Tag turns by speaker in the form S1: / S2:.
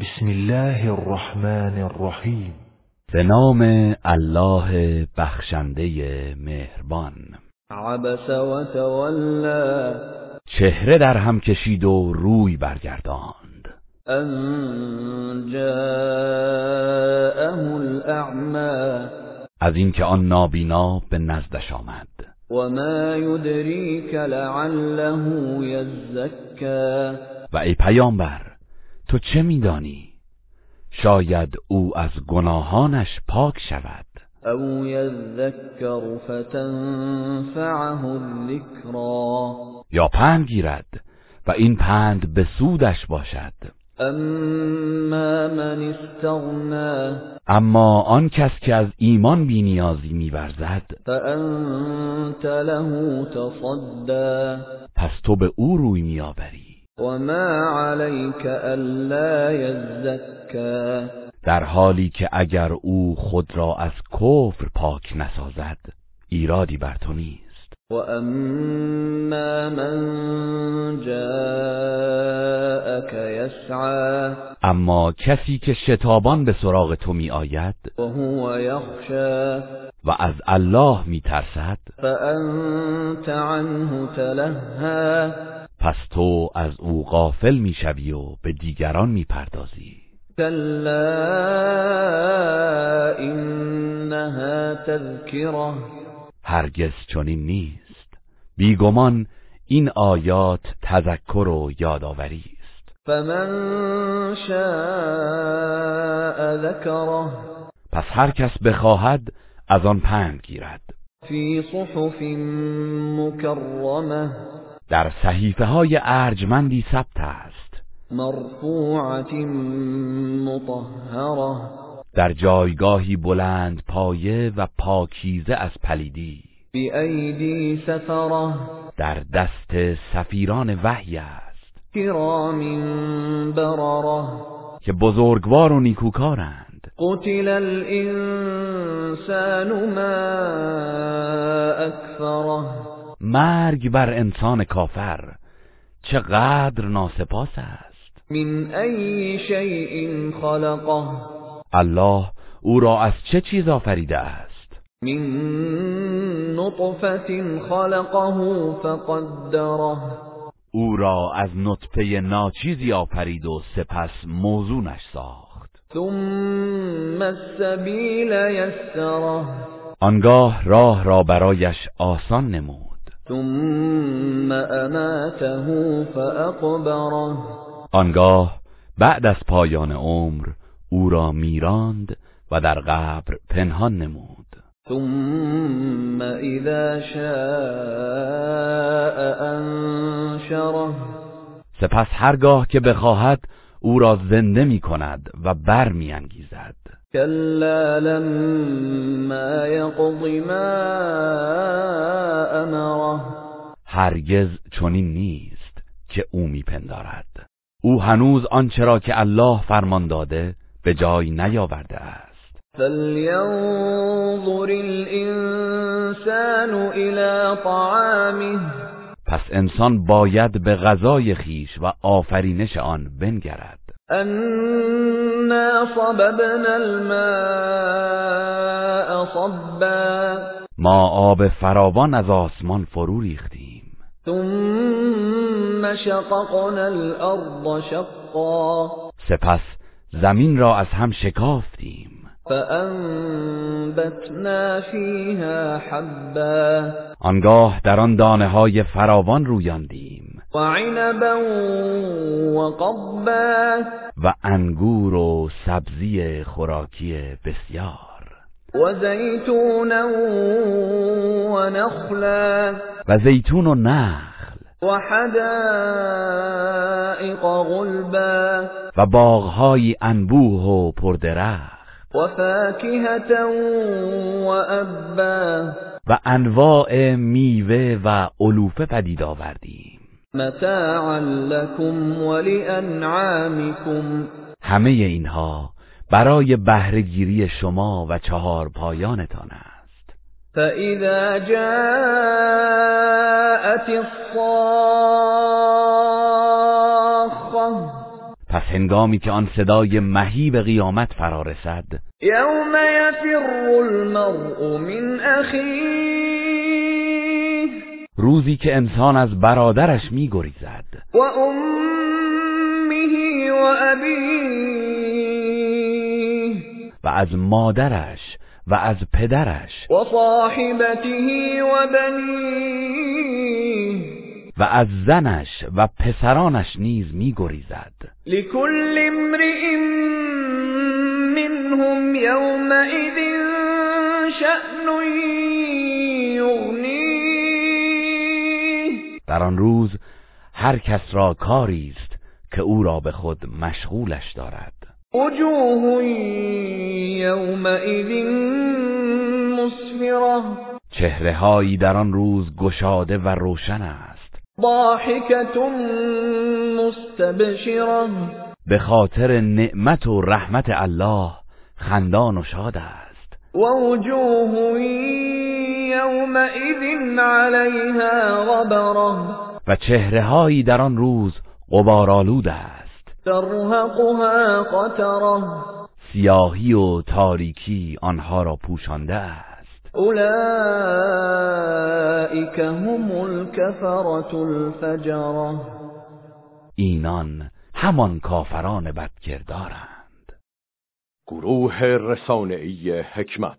S1: بسم الله الرحمن الرحیم
S2: به نام الله بخشنده مهربان
S3: عبس وتولى
S2: چهره در هم کشید و روی برگرداند
S3: أن جاءه الأعمى
S2: از اینکه آن نابینا به نزدش آمد
S3: وما يدريك لعله يزكى
S2: و ای پیامبر تو چه میدانی شاید او از گناهانش پاک شود
S3: أو يذكر فتنفعه الذكرى
S2: یا پند گیرد و این پند به سودش باشد
S3: أما من استغنى
S2: اما آن کس که از ایمان بینیازی میورزد
S3: فأنت له تصدى
S2: پس تو به او روی میآوری
S3: وما عليك ألا يزكى
S2: در حالی که اگر او خود را از کفر پاک نسازد ایرادی بر تو نیست
S3: وأما من جاءك يسعى
S2: اما کسی که شتابان به سراغ تو می آید
S3: وهو يخشى
S2: و از الله می ترسد
S3: فأنت عنه تلهى
S2: پس تو از او غافل می شوی و به دیگران می پردازی
S3: كلا إنها تذكرة
S2: هرگز چنین نیست بیگمان این آیات تذکر و یادآوری است
S3: فمن شاء ذكره
S2: پس هر کس بخواهد از آن پند گیرد
S3: في صحف مكرمة
S2: در صحیفه های ارجمندی ثبت است
S3: مرفوعة مطهرة
S2: در جایگاهی بلند پایه و پاکیزه از پلیدی
S3: بأيدي سفرة
S2: در دست سفیران وحی است
S3: كرام بررة
S2: که بزرگوار و نیکوکارند
S3: قتل الإنسان ما أكفره
S2: مرگ بر انسان کافر چقدر ناسپاس است
S3: من أي شيء خلقه
S2: الله او را از چه چیز آفریده است
S3: من نطفة خلقه فقدره
S2: او را از نطفه ناچیزی آفرید و سپس موزونش ساخت
S3: ثم السبيل يسره
S2: آنگاه راه را برایش آسان نمود
S3: ثم أماته فأقبره
S2: آنگاه بعد از پایان عمر او را میراند و در قبر پنهان نمود
S3: ثم إذا شاء أنشره
S2: سپس هرگاه که بخواهد او را زنده می کند و بر می
S3: كلا لما يقض ما أمره
S2: هرگز چنین نیست که او میپندارد او هنوز آنچه را که الله فرمان داده به جای نیاورده است
S3: فلينظر الإنسان إلى طعامه
S2: پس انسان باید به غذای خیش و آفرینش آن بنگرد
S3: أنا صببنا الماء صبا
S2: ما آب فراوان از آسمان فرو ریختیم
S3: ثم شققنا الأرض شقا
S2: سپس زمین را از هم شکافتیم
S3: فأنبتنا فيها حبا
S2: آنگاه در آن دانه های فراوان رویاندیم
S3: وعنبا وقبا
S2: و انگور و سبزی خوراکی بسیار
S3: وزيتونا ونخلا
S2: و زیتون و نخل
S3: وحدائق غلبا
S2: و باغهایی انبوه و پردرخت
S3: وفاكهة وأبا
S2: و انواع میوه و علوفه پدید آوردیم
S3: متاعا لكم ولأنعامكم
S2: همه اینها برای بهرهگیری شما و چهار پایانتان است
S3: فإذا جاءت الصاخة
S2: پس هنگامی که آن صدای مهیب قیامت فرا رسد
S3: يوم يفر المرء من أخيه
S2: روزی که انسان از برادرش میگریزد
S3: وأمه وأبيه
S2: و از مادرش و از پدرش
S3: وصاحبته وبنيه
S2: و از زنش و پسرانش نیز میگریزد
S3: لكل امرئ منهم يومئذ شأن يغنيه
S2: در آن روز هر کس را کاری است که او را به خود مشغولش دارد
S3: وجوه يومئذ مسفرة
S2: چهرههایی در آن روز گشاده و روشن است
S3: ضاحكة مستبشرة
S2: به خاطر نعمت و رحمت الله خندان و شاد است
S3: ووجوه يومئذ عليها غبرة
S2: و چهرههایی در آن روز غبارآلود است
S3: ترهقها قترة
S2: سیاهی و تاریکی آنها را پوشانده است
S3: أولئك هم الكفرة الفجرة
S2: اینان همان کافران بدکردارند
S4: گروه رسانه‌ای حکمت